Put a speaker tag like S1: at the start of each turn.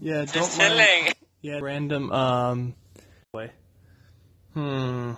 S1: Yeah,
S2: Just
S1: don't mind.
S2: chilling.
S1: Yeah, random. Um. Way. Hmm.